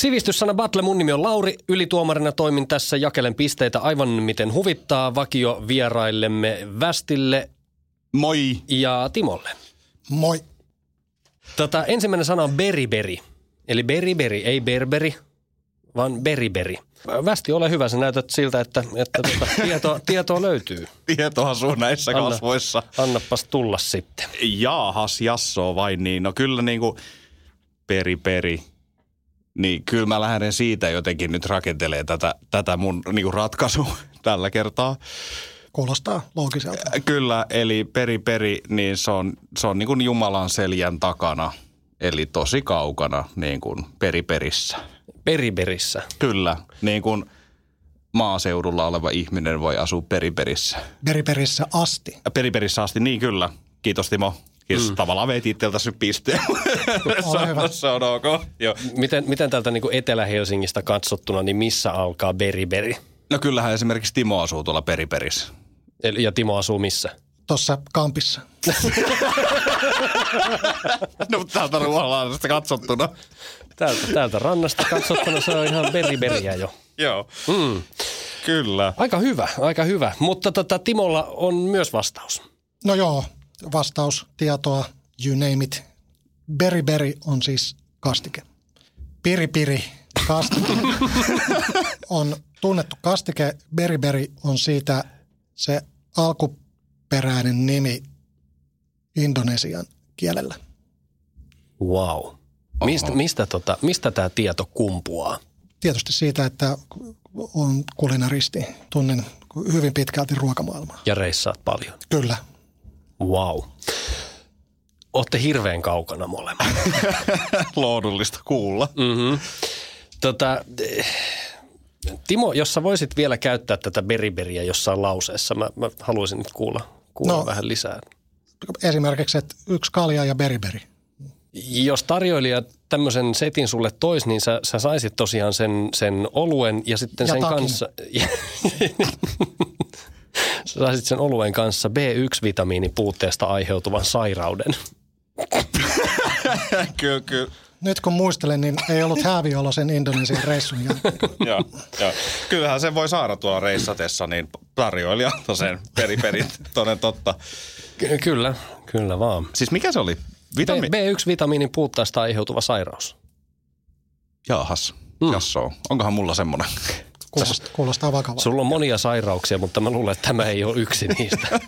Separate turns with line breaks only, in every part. Sivistyssana Battle, mun nimi on Lauri, ylituomarina toimin tässä, jakelen pisteitä aivan miten huvittaa vakio vieraillemme Västille
Moi.
ja Timolle.
Moi.
Tota, ensimmäinen sana on beriberi, eli beriberi, ei berberi, vaan beriberi. Västi, ole hyvä, sä näytät siltä, että, että tota, tietoa, tietoa löytyy.
Tietohan sun näissä
Anna.
kasvoissa.
Annapas tulla sitten.
Jaahas, jassoo vain niin. No kyllä niinku peri peri. Niin kyllä mä lähden siitä jotenkin nyt rakentelee tätä, tätä mun niinku ratkaisua tällä kertaa.
Kuulostaa loogiselta.
Kyllä, eli peri peri, niin se on, se on niinku Jumalan seljän takana. Eli tosi kaukana niin kuin periperissä.
Beriberissä.
Kyllä, niin kuin maaseudulla oleva ihminen voi asua periperissä.
Periperissä asti.
Periperissä asti, niin kyllä. Kiitos Timo. Kiitos. Mm. Tavallaan veit itseltä nyt pisteen.
Ole hyvä.
se on ok. Joo.
Miten, miten täältä niin kuin Etelä-Helsingistä katsottuna, niin missä alkaa beriberi?
No kyllähän esimerkiksi Timo asuu tuolla periperissä.
Eli- Ja Timo asuu missä?
Tuossa kampissa.
No mutta täältä ruoholaisesta katsottuna.
Täältä, täältä rannasta katsottuna se on ihan beriberiä jo.
Joo. Mm. Kyllä.
Aika hyvä, aika hyvä. Mutta tota, Timolla on myös vastaus.
No joo, vastaustietoa, you name it. Beriberi on siis kastike. Piripiri kastike on tunnettu kastike. Beriberi on siitä se alkuperäinen nimi indonesian kielellä.
Wow. Mistä, mistä, tota, mistä tämä tieto kumpuaa?
Tietysti siitä, että on kulinaristi, tunnen hyvin pitkälti ruokamaailmaa.
Ja reissaat paljon.
Kyllä,
Wow. Olette hirveän kaukana molemmat.
Lohdullista kuulla. Mm.
Tota, eh, Timo, jos sä voisit vielä käyttää tätä beriberiä jossain lauseessa, mä, mä haluaisin nyt kuulla, kuulla no.
No.
vähän lisää.
esimerkiksi, että yksi kalja ja beriberi.
Jos tarjoilija tämmöisen setin sulle tois, niin sä, sä saisit tosiaan sen, sen oluen ja sitten
Ja
sen
takin.
kanssa... sä saisit sen oluen kanssa B1-vitamiinin puutteesta aiheutuvan sairauden.
Kyllä, kyllä.
Nyt kun muistelen, niin ei ollut hääviolo sen Indonesian reissun jälkeen.
Joo, joo. Kyllähän sen voi saada tuolla reissatessa, niin tarjoilija antoi sen periperin toden totta.
Ky- kyllä, kyllä vaan.
Siis mikä se oli? Vitami-
B- B1-vitamiinin puutteesta aiheutuva sairaus.
Jaahas, mm. jassoo. Onkohan mulla semmonen?
Kuulostaa, kuulostaa vakavalta.
Sulla on monia sairauksia, mutta mä luulen, että tämä ei ole yksi niistä.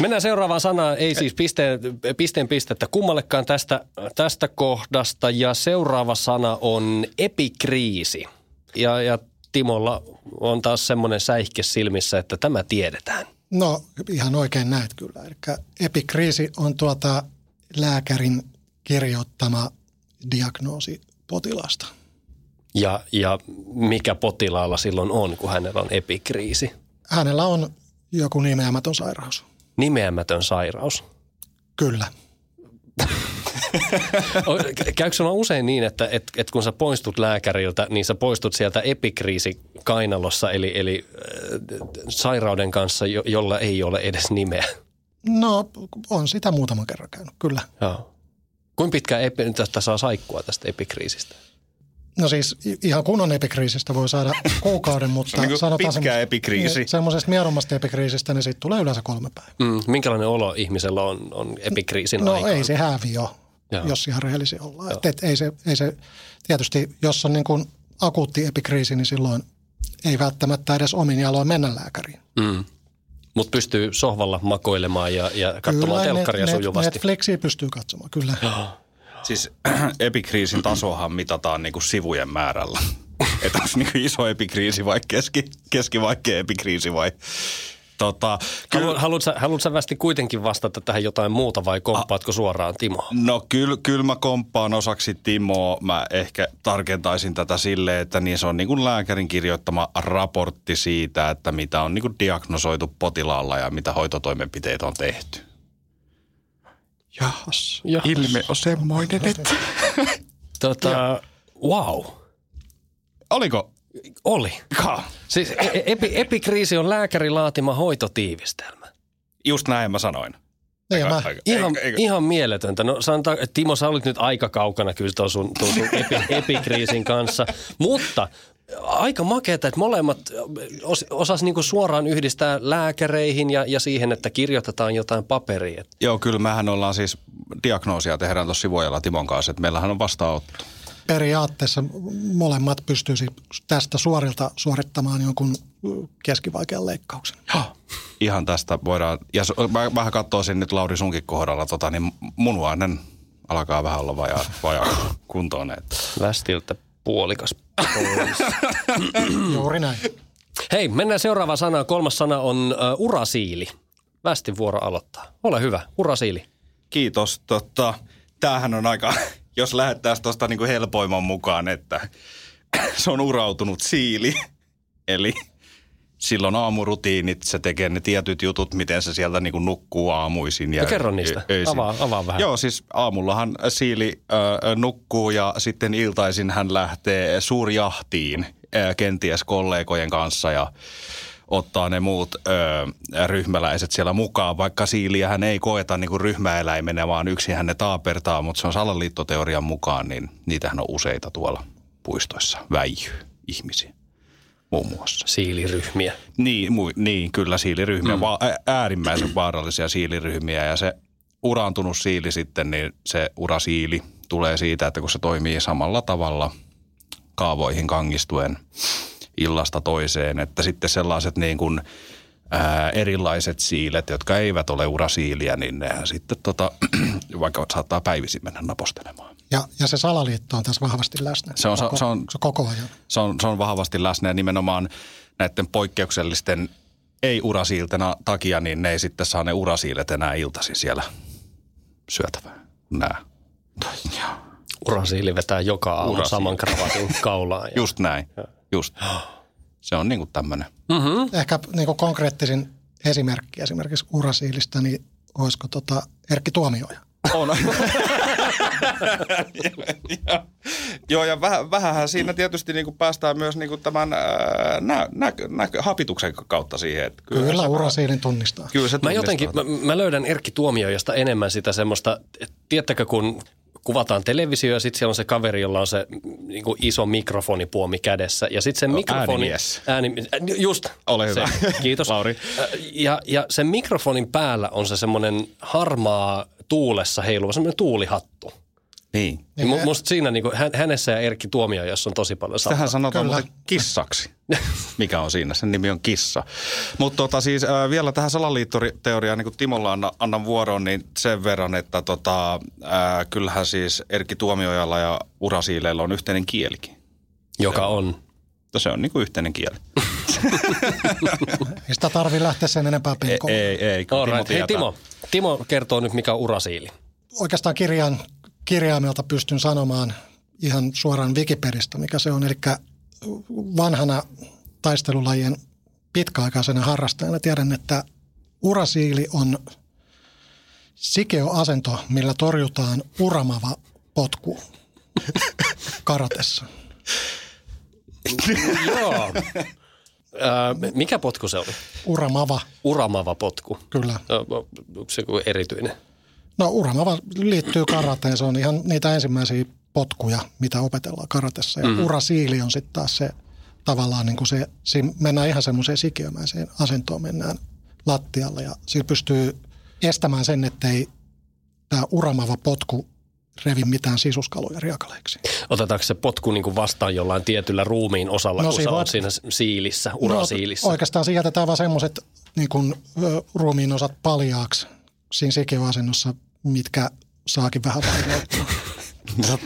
Mennään seuraavaan sanaan, ei siis pisteen, pisteen pistettä kummallekaan tästä, tästä kohdasta. Ja seuraava sana on epikriisi. Ja, ja Timolla on taas semmoinen säihke silmissä, että tämä tiedetään.
No ihan oikein näet kyllä. Eli epikriisi on tuota lääkärin kirjoittama diagnoosi potilasta.
Ja, ja mikä potilaalla silloin on, kun hänellä on epikriisi?
Hänellä on joku nimeämätön sairaus.
Nimeämätön sairaus.
Kyllä.
O- kä- Käykö sulla usein niin, että et, et kun sä poistut lääkäriltä, niin sä poistut sieltä epikriisi kainalossa, eli, eli äh, sairauden kanssa, jo, jolla ei ole edes nimeä?
No on sitä muutaman kerran käynyt, kyllä.
Joo. Kuinka pitkään epi, tästä saa saikkua tästä epikriisistä?
No siis i- ihan kunnon epikriisistä voi saada kuukauden, mutta
niinku pitkä
sanotaan semmo-
epikriisi.
niin, Semmoisesta miedommasta epikriisistä, niin siitä tulee yleensä kolme päivää.
Mm, minkälainen olo ihmisellä on, on epikriisin
No
aikaan?
ei se hävi ole,
Joo.
jos ihan rehellisiä ollaan. Et, et, ei se, ei se, tietysti jos on niin kuin akuutti epikriisi, niin silloin ei välttämättä edes omin jaloin mennä lääkäriin.
Mm. Mutta pystyy sohvalla makoilemaan ja, ja katsomaan
Kyllä,
telkkaria
net- net-
sujuvasti.
Netflixiä pystyy katsomaan, kyllä.
Siis epikriisin tasohan mitataan niinku sivujen määrällä. Että onko niinku iso epikriisi vai keski, keskivaikea epikriisi vai... Tota,
Halu,
kyllä,
haluatko, sä- haluatko sä västi kuitenkin vastata tähän jotain muuta vai komppaatko suoraan Timoa?
no kyllä kyl mä komppaan osaksi Timoa. Mä ehkä tarkentaisin tätä silleen, että niin se on niinku lääkärin kirjoittama raportti siitä, että mitä on niinku diagnosoitu potilaalla ja mitä hoitotoimenpiteitä on tehty. Jahas,
Jahas.
ilme on semmoinen, että...
Tota, wow,
Oliko?
oli.
Ka.
Siis e- e- epi, epikriisi on lääkärin laatima hoitotiivistelmä.
Just näin mä sanoin.
Tekemään.
Ihan, ihan mieletöntä. No sanotaan, että Timo, sä olit nyt aika kaukana kyllä tuon sun, tuon sun epi, epikriisin kanssa, mutta aika makeeta, että molemmat os, osas niinku suoraan yhdistää lääkäreihin ja, ja siihen, että kirjoitetaan jotain paperia. Et
Joo, kyllä mehän ollaan siis, diagnoosia tehdään tuossa sivuajalla Timon kanssa, että meillähän on vastaanotto.
Periaatteessa molemmat pystyisi tästä suorilta suorittamaan jonkun keskivaikean leikkauksen.
Joo. Ihan tästä voidaan, ja s- mä vähän katsoisin nyt Lauri sunkin kohdalla, tota, niin munuainen alkaa vähän olla vajaa, vajaa kuntoon. Että.
Lästiltä puolikas
Mm.
Juuri näin.
Hei, mennään seuraavaan sanaan. Kolmas sana on uh, urasiili. Västin vuoro aloittaa. Ole hyvä, urasiili.
Kiitos. Totta, tämähän on aika, jos lähettäisiin tuosta niin helpoimman mukaan, että se on urautunut siili. Eli silloin aamurutiinit, se tekee ne tietyt jutut, miten se sieltä niin nukkuu aamuisin. Ja
No kerro niistä.
ö- öisin.
Avaa- avaa vähän.
Joo, siis aamullahan siili ö, nukkuu ja sitten iltaisin hän lähtee suurjahtiin ö, kenties kollegojen kanssa ja ottaa ne muut ö, ryhmäläiset siellä mukaan, vaikka siiliä hän ei koeta niin kuin ryhmäeläimenä, vaan yksin hän ne taapertaa, mutta se on salaliittoteorian mukaan, niin niitähän on useita tuolla puistoissa, väijyy ihmisiä muun muassa.
Siiliryhmiä.
Niin, mui, niin kyllä siiliryhmiä, mm. va- ä- äärimmäisen vaarallisia siiliryhmiä ja se uraantunut siili sitten, niin se urasiili tulee siitä, että kun se toimii samalla tavalla kaavoihin kangistuen illasta toiseen, että sitten sellaiset niin kuin ää, erilaiset siilet, jotka eivät ole urasiiliä, niin nehän sitten tota, vaikka saattaa päivisin mennä napostelemaan.
Ja, ja se salaliitto on tässä vahvasti läsnä.
Se on-
koko,
se on-
se koko ajan.
se on, se on vahvasti läsnä ja nimenomaan näiden poikkeuksellisten ei-urasiiltena takia, niin ne ei sitten saa ne urasiilet enää iltaisin siellä syötävää. Nää.
Urasiili vetää joka aamu
Urasiili.
saman kravatin kaulaan. Ja...
Just näin. Just. Se on niinku tämmönen.
Ehkä niin konkreettisin esimerkki esimerkiksi urasiilistä, niin olisiko tota Erkki Tuomioja?
On. Joo, ja vähän, vähähän siinä tietysti niinku päästään myös niinku tämän ää, nä, nä, nä, hapituksen kautta siihen. Että
Kyllä urasiilin tunnistaa.
Kyllä se
Mä
tunnistaa
jotenkin, mä, mä löydän Erkki Tuomiojasta enemmän sitä semmoista, et tiedättekö kun kuvataan televisio ja sitten siellä on se kaveri, jolla on se niin kuin iso mikrofonipuomi kädessä. Ja sitten se mikrofoni...
No, äänimies.
Ääni, ä, just.
Ole hyvä.
Se, kiitos.
Lauri.
Ä, Ja, ja sen mikrofonin päällä on se semmoinen harmaa tuulessa heiluva, semmoinen tuulihattu.
Niin.
Niin, mu- musta siinä niin kuin, hänessä ja Erkki Tuomiojassa on tosi paljon samaa.
Tähän sanotaan
Kyllä.
muuten kissaksi, mikä on siinä. Sen nimi on kissa. Mutta tota, siis äh, vielä tähän salaliittoteoriaan, niin kuin Timolla anna, annan vuoron, niin sen verran, että tota, äh, kyllähän siis Erkki Tuomiojalla ja Urasiileilla on yhteinen kielikin.
Joka on.
Ja Se on niin kuin yhteinen kieli.
Ei sitä tarvitse lähteä sen enempää
Ei,
penkoon.
ei, ei kun
All
Timo
right. Hei
tietää.
Timo, Timo kertoo nyt mikä on urasiili.
Oikeastaan kirjan, kirjaimelta pystyn sanomaan ihan suoraan Wikipedistä, mikä se on. Eli vanhana taistelulajien pitkäaikaisena harrastajana tiedän, että urasiili on sikeoasento, millä torjutaan uramava potku karatessa.
Joo. Ö, mikä potku se oli?
Uramava,
Uramava potku.
kyllä.
Ö, Onko se joku erityinen?
No uramava liittyy karateen, se on ihan niitä ensimmäisiä potkuja, mitä opetellaan karatessa. Ja mm. urasiili on sitten taas se tavallaan niin kuin se, siinä mennään ihan semmoiseen sikiömäiseen asentoon, mennään lattialle ja sillä pystyy estämään sen, ettei tämä uramava potku revi mitään sisuskaluja riakaleiksi.
Otetaanko se potku niin kuin vastaan jollain tietyllä ruumiin osalla,
No
no, kun
siinä
sä
voi-
oot siinä siilissä, urasiilissä?
No, oikeastaan siihen jätetään vaan semmoiset niin kun, ö, ruumiin osat paljaaksi siinä sikiöasennossa, mitkä saakin vähän vaikeuttaa.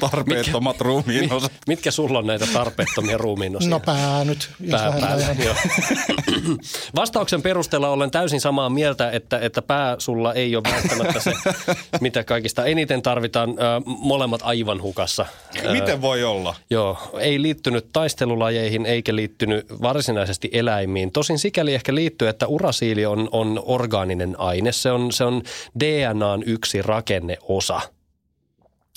Tarpeettomat ruumiin
Mi-
osat.
mitkä sulla on näitä tarpeettomia ruumiin osia?
No pää nyt. jos
Pää
vähän
päällä,
näin.
joo. Vastauksen perusteella olen täysin samaa mieltä, että, että pää sulla ei ole välttämättä se, mitä kaikista eniten tarvitaan. Ö, molemmat aivan hukassa. Ö,
Miten voi olla?
Joo, ei liittynyt taistelulajeihin eikä liittynyt varsinaisesti eläimiin. Tosin sikäli ehkä liittyy, että urasiili on, on orgaaninen aine. Se on, se on DNAn yksi rakenneosa.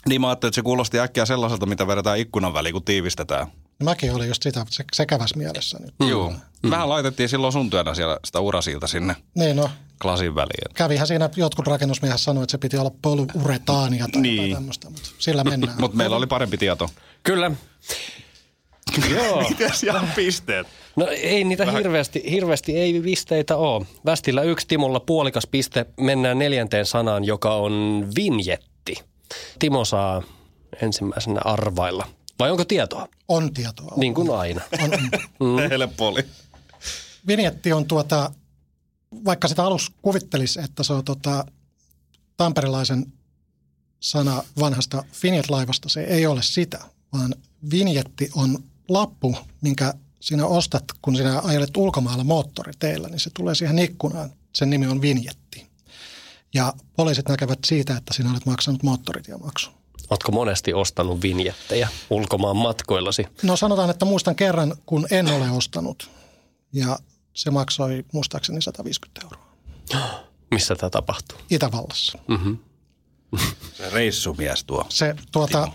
Niin mä ajattelin, että se kuulosti äkkiä sellaiselta, mitä vedetään ikkunan väliin, kun tiivistetään.
Mäkin olin just sitä se, se käväs mielessä nyt.
Mm. Joo. Vähän laitettiin silloin sun työnä siellä sitä urasilta sinne
Niin no,
klasin väliin.
kävihän siinä jotkut rakennusmiehet sanoivat, että se piti olla polyuretaania tai
Niin.
niin. tämmöistä, mutta sillä mennään.
Mutta meillä oli parempi tieto.
Kyllä. Joo.
Mites ja pisteet?
No ei niitä hirveästi, hirveästi ei pisteitä ole. Västillä yksi, Timolla puolikas piste. Mennään neljänteen sanaan, joka on vinjetti. Timo saa ensimmäisenä arvailla. Vai onko tietoa?
On tietoa.
Niin kuin aina.
On, on.
Mm. Helppo oli.
Vinjetti on tuota, vaikka sitä alus kuvittelisi, että se on tuota, tamperilaisen sana vanhasta Finjet-laivasta, se ei ole sitä, vaan vinjetti on lappu, minkä sinä ostat, kun sinä ajelet ulkomailla moottoriteillä, niin se tulee siihen ikkunaan. Sen nimi on vinjetti. Ja poliisit näkevät siitä, että sinä olet maksanut moottoritiemaksun.
Oletko monesti ostanut vinjettejä ulkomaan matkoillasi?
No sanotaan, että muistan kerran, kun en ole ostanut. Ja se maksoi muistaakseni 150 euroa
Missä tämä tapahtuu?
Itävallassa.
Se reissumies tuo.
Se tuota,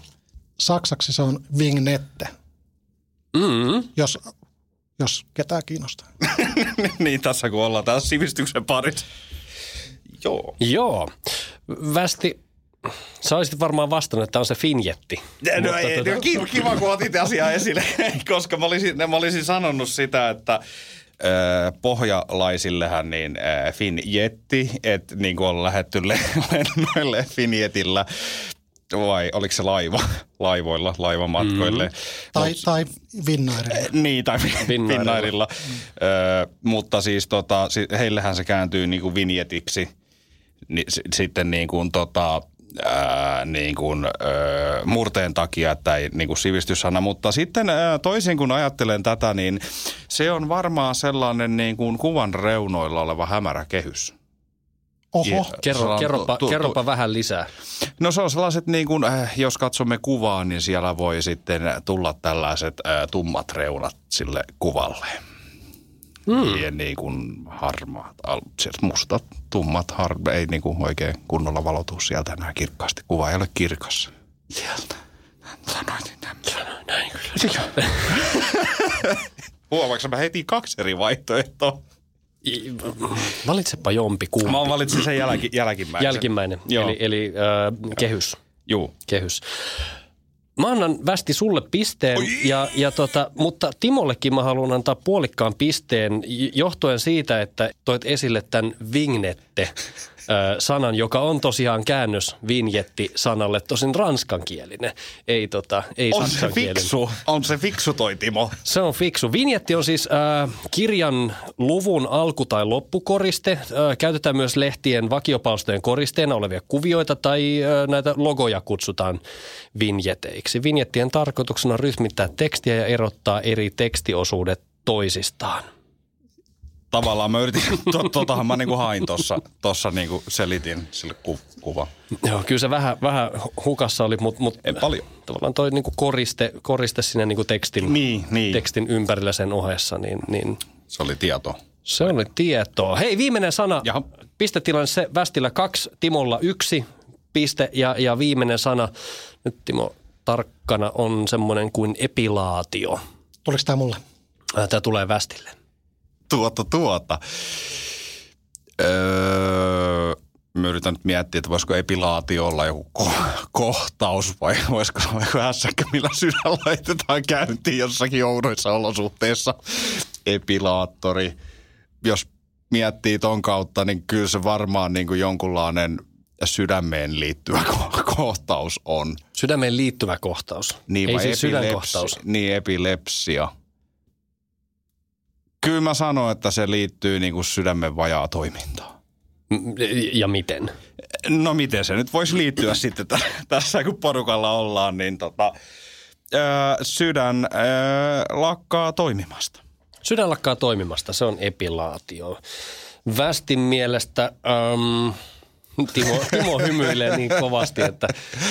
saksaksi se on vignette,
Mm-hmm.
jos, jos ketään kiinnostaa.
niin tässä kun ollaan taas sivistyksen parissa. Joo.
Joo. Västi, sä olisit varmaan vastannut, että on se finjetti.
No
Mutta
ei,
tota-
no, ki- kiva kun otit asiaa esille, koska mä olisin, mä olisin sanonut sitä, että ö, pohjalaisillehan niin ö, Finjetti, että niin kuin on lähetty le- lennoille Finjetillä, vai oliko se laiva, laivoilla, laivamatkoille.
Tai, tai vinnairille.
Niin, tai Finnairilla.
Finnairilla.
Finnairilla. Ö, mutta siis tota, si- heillähän se kääntyy niinku vinjetiksi. Ni, s- sitten niin kuin tota, ää, niin kuin, ö, murteen takia, että ei niin kuin sivistyssana. Mutta sitten ää, toisin kun ajattelen tätä, niin se on varmaan sellainen niin kuin kuvan reunoilla oleva hämärä kehys.
Oho,
Kerro,
Sellainen
kerropa,
tu- tu-
kerropa vähän lisää.
No se on sellaiset, niin kuin, äh, jos katsomme kuvaa, niin siellä voi sitten tulla tällaiset äh, tummat reunat sille kuvalle. Hmm. Ja niin kuin harmaat, al- siis mustat, tummat, har, ei niin kuin oikein kunnolla valotu sieltä enää kirkkaasti. Kuva ei ole kirkas. Sieltä. Sanoisin tämän. Sanoin näin kyllä. Huomaatko mä heti kaksi eri vaihtoehtoa?
I- Valitsepa jompi kumpi.
Mä valitsin sen jälki, jälkimmäisen.
Jälkimmäinen,
Joo.
eli, eli äh, kehys.
Juu.
kehys. Mä annan västi sulle pisteen, ja, ja tota, mutta Timollekin mä haluan antaa puolikkaan pisteen j- johtuen siitä, että toit esille tämän vignette-sanan, joka on tosiaan käännös vinjetti-sanalle, tosin ranskankielinen, ei, tota, ei
On se
saksankielinen.
fiksu, on se fiksu toi Timo.
Se on fiksu. Vinjetti on siis äh, kirjan luvun alku- tai loppukoriste. Äh, käytetään myös lehtien vakiopalstojen koristeena olevia kuvioita tai äh, näitä logoja kutsutaan vinjeteiksi. Vinjettien tarkoituksena on rytmittää tekstiä ja erottaa eri tekstiosuudet toisistaan.
tavallaan mä yritin, to, totahan mä niinku hain tossa, tossa niinku selitin sille ku, kuva.
Joo, kyllä se vähän, vähän hukassa oli, mutta mut,
Ei paljon.
tavallaan toi niinku koriste, koriste sinne niinku tekstin,
Niin, niin.
tekstin ympärillä sen ohessa, niin, niin
Se oli tieto.
Se oli tietoa. Hei, viimeinen sana.
Jaha.
Pistetilanne se Västillä kaksi, Timolla yksi piste ja, ja viimeinen sana. Nyt Timo tarkkana on semmoinen kuin epilaatio.
tuliko tämä mulle?
Äh, Tämä tulee Västille.
Tuota, tuota. Öö, mä yritän nyt miettiä, että voisiko epilaatio olla joku ko- kohtaus vai voisiko se olla joku hässäkkä, millä sydän laitetaan käyntiin jossakin oudoissa olosuhteissa. Epilaattori. Jos miettii ton kautta, niin kyllä se varmaan niin kuin jonkunlainen sydämeen liittyvä ko- kohtaus on.
Sydämeen liittyvä kohtaus.
Niin,
Ei
vai
siis sydänkohtaus.
Niin, epilepsia. Kyllä mä sanon, että se liittyy niin kuin sydämen vajaa toimintaan.
Mm, Ja miten?
No miten se nyt voisi liittyä sitten tä- tässä, kun porukalla ollaan, niin tota, öö, sydän öö, lakkaa toimimasta.
Sydän lakkaa toimimasta, se on epilaatio. Västin mielestä, äm, Timo, Timo hymyilee niin kovasti, että,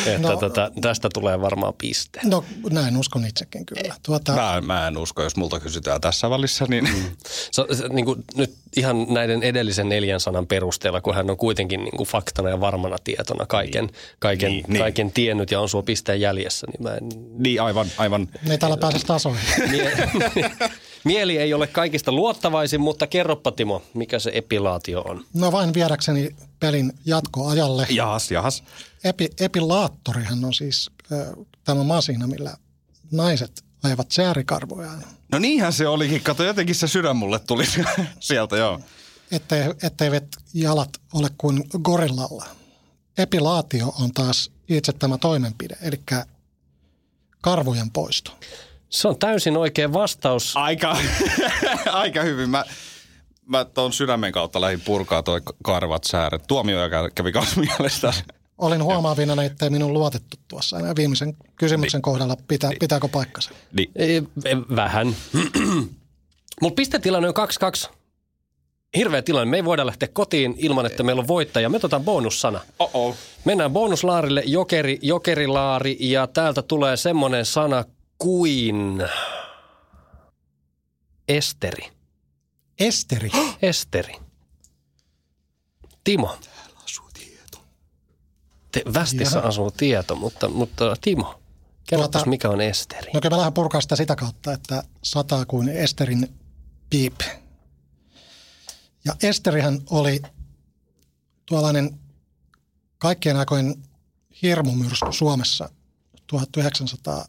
että no, tota, tästä tulee varmaan piste.
No näin uskon itsekin kyllä. Tuota,
Mä, mä en usko, jos multa kysytään tässä välissä, niin
So, se, niin kuin, nyt ihan näiden edellisen neljän sanan perusteella, kun hän on kuitenkin niin kuin faktana ja varmana tietona kaiken, kaiken,
Niin,
niin,
niin.
kaiken tiennyt ja on sua pisteen jäljessä, niin mä en,
niin aivan, aivan.
ne ei täällä pääse tasoihin.
mie- mieli ei ole kaikista luottavaisin, mutta kerropa Timo, mikä se epilaatio on.
No vain viedäkseni pelin jatkoajalle.
Jahas, jahas.
Epi, epilaattorihan on siis ö, tämä masina, millä naiset ajavat säärikarvojaan,
No niinhän se olikin. Kato, jotenkin se sydän mulle tuli sieltä, joo.
ettei, etteivät jalat ole kuin gorillalla. Epilaatio on taas itse tämä toimenpide, eli karvojen poisto.
Se on täysin oikea vastaus.
Aika, aika hyvin. Mä, mä tuon sydämen kautta lähdin purkaa toi karvat sääret. Tuomioja kä- kävi kanssa mielestään.
Olin huomaavina, ettei minun luotettu tuossa enää viimeisen kysymyksen kohdalla, pitää, pitääkö paikkansa.
Niin,
E, e, Vähän. Mutta pistetilanne on 2-2. Hirveä tilanne. Me ei voida lähteä kotiin ilman, että meillä on voittaja. Me otetaan bonussana.
oh
Mennään bonuslaarille, jokeri, jokerilaari, ja täältä tulee semmoinen sana kuin Esteri.
Esteri.
Esteri. Timo. Te, västissä
Jaha.
asuu tieto, mutta, mutta Timo, kerropas
Tuota-
mikä on Esteri.
No kyllä mä lähden purkaa sitä sitä kautta, että sataa kuin Esterin piip. Ja Esterihän oli tuollainen kaikkien aikojen hirmumyrsky Suomessa 1900,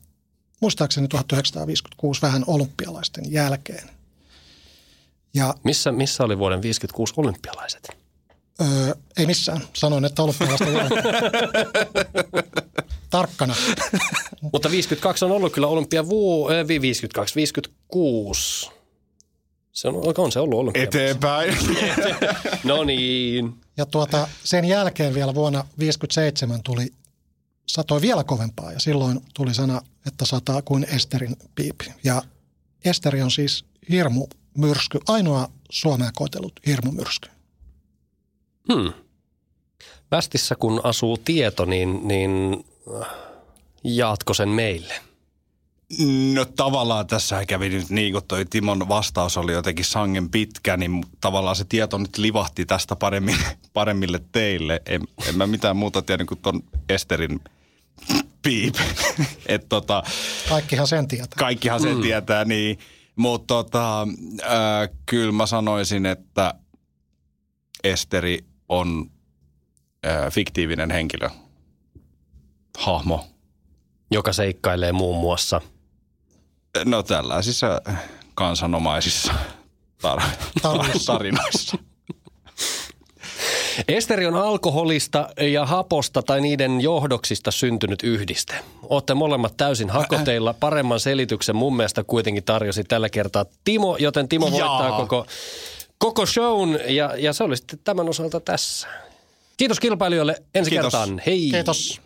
muistaakseni 1956 vähän olympialaisten jälkeen. Ja
Missä, missä oli vuoden 56 olympialaiset?
Öö, ei missään. Sanoin, että olympialaista ei ole. Tarkkana. No.
Mutta 52 on ollut kyllä olympia vuu, äh, 52, 56. Se on, on se ollut olympia.
Eteenpäin.
No niin.
Ja tuota, sen jälkeen vielä vuonna 1957 tuli, satoi vielä kovempaa ja silloin tuli sana, että sataa kuin Esterin piipi. Ja Esteri on siis hirmu myrsky, ainoa Suomea koetellut hirmumyrsky.
Hmm. Västissä kun asuu tieto, niin, niin äh, jaatko sen meille?
No tavallaan tässä kävi nyt niin, kun toi Timon vastaus oli jotenkin sangen pitkä, niin tavallaan se tieto nyt livahti tästä paremmin, paremmille teille. En, en mä mitään muuta tiedä kuin ton Esterin piip. Et tota,
Kaikkihan sen tietää.
kaikkihan sen tietää, niin. Mutta tota, äh, kyllä mä sanoisin, että Esteri on äh, fiktiivinen henkilö. Hahmo.
joka seikkailee muun muassa.
No tällaisissa kansanomaisissa tar-
Tarinoissa.
tarinoissa.
Esteri on alkoholista ja haposta tai niiden johdoksista syntynyt yhdiste. Olette molemmat täysin hakoteilla. Paremman selityksen mun mielestä kuitenkin tarjosi tällä kertaa Timo, joten Timo voittaa
Jaa.
koko, koko shown. Ja, ja se oli sitten tämän osalta tässä. Kiitos kilpailijoille ensi
Kiitos.
kertaan. Hei!
Kiitos.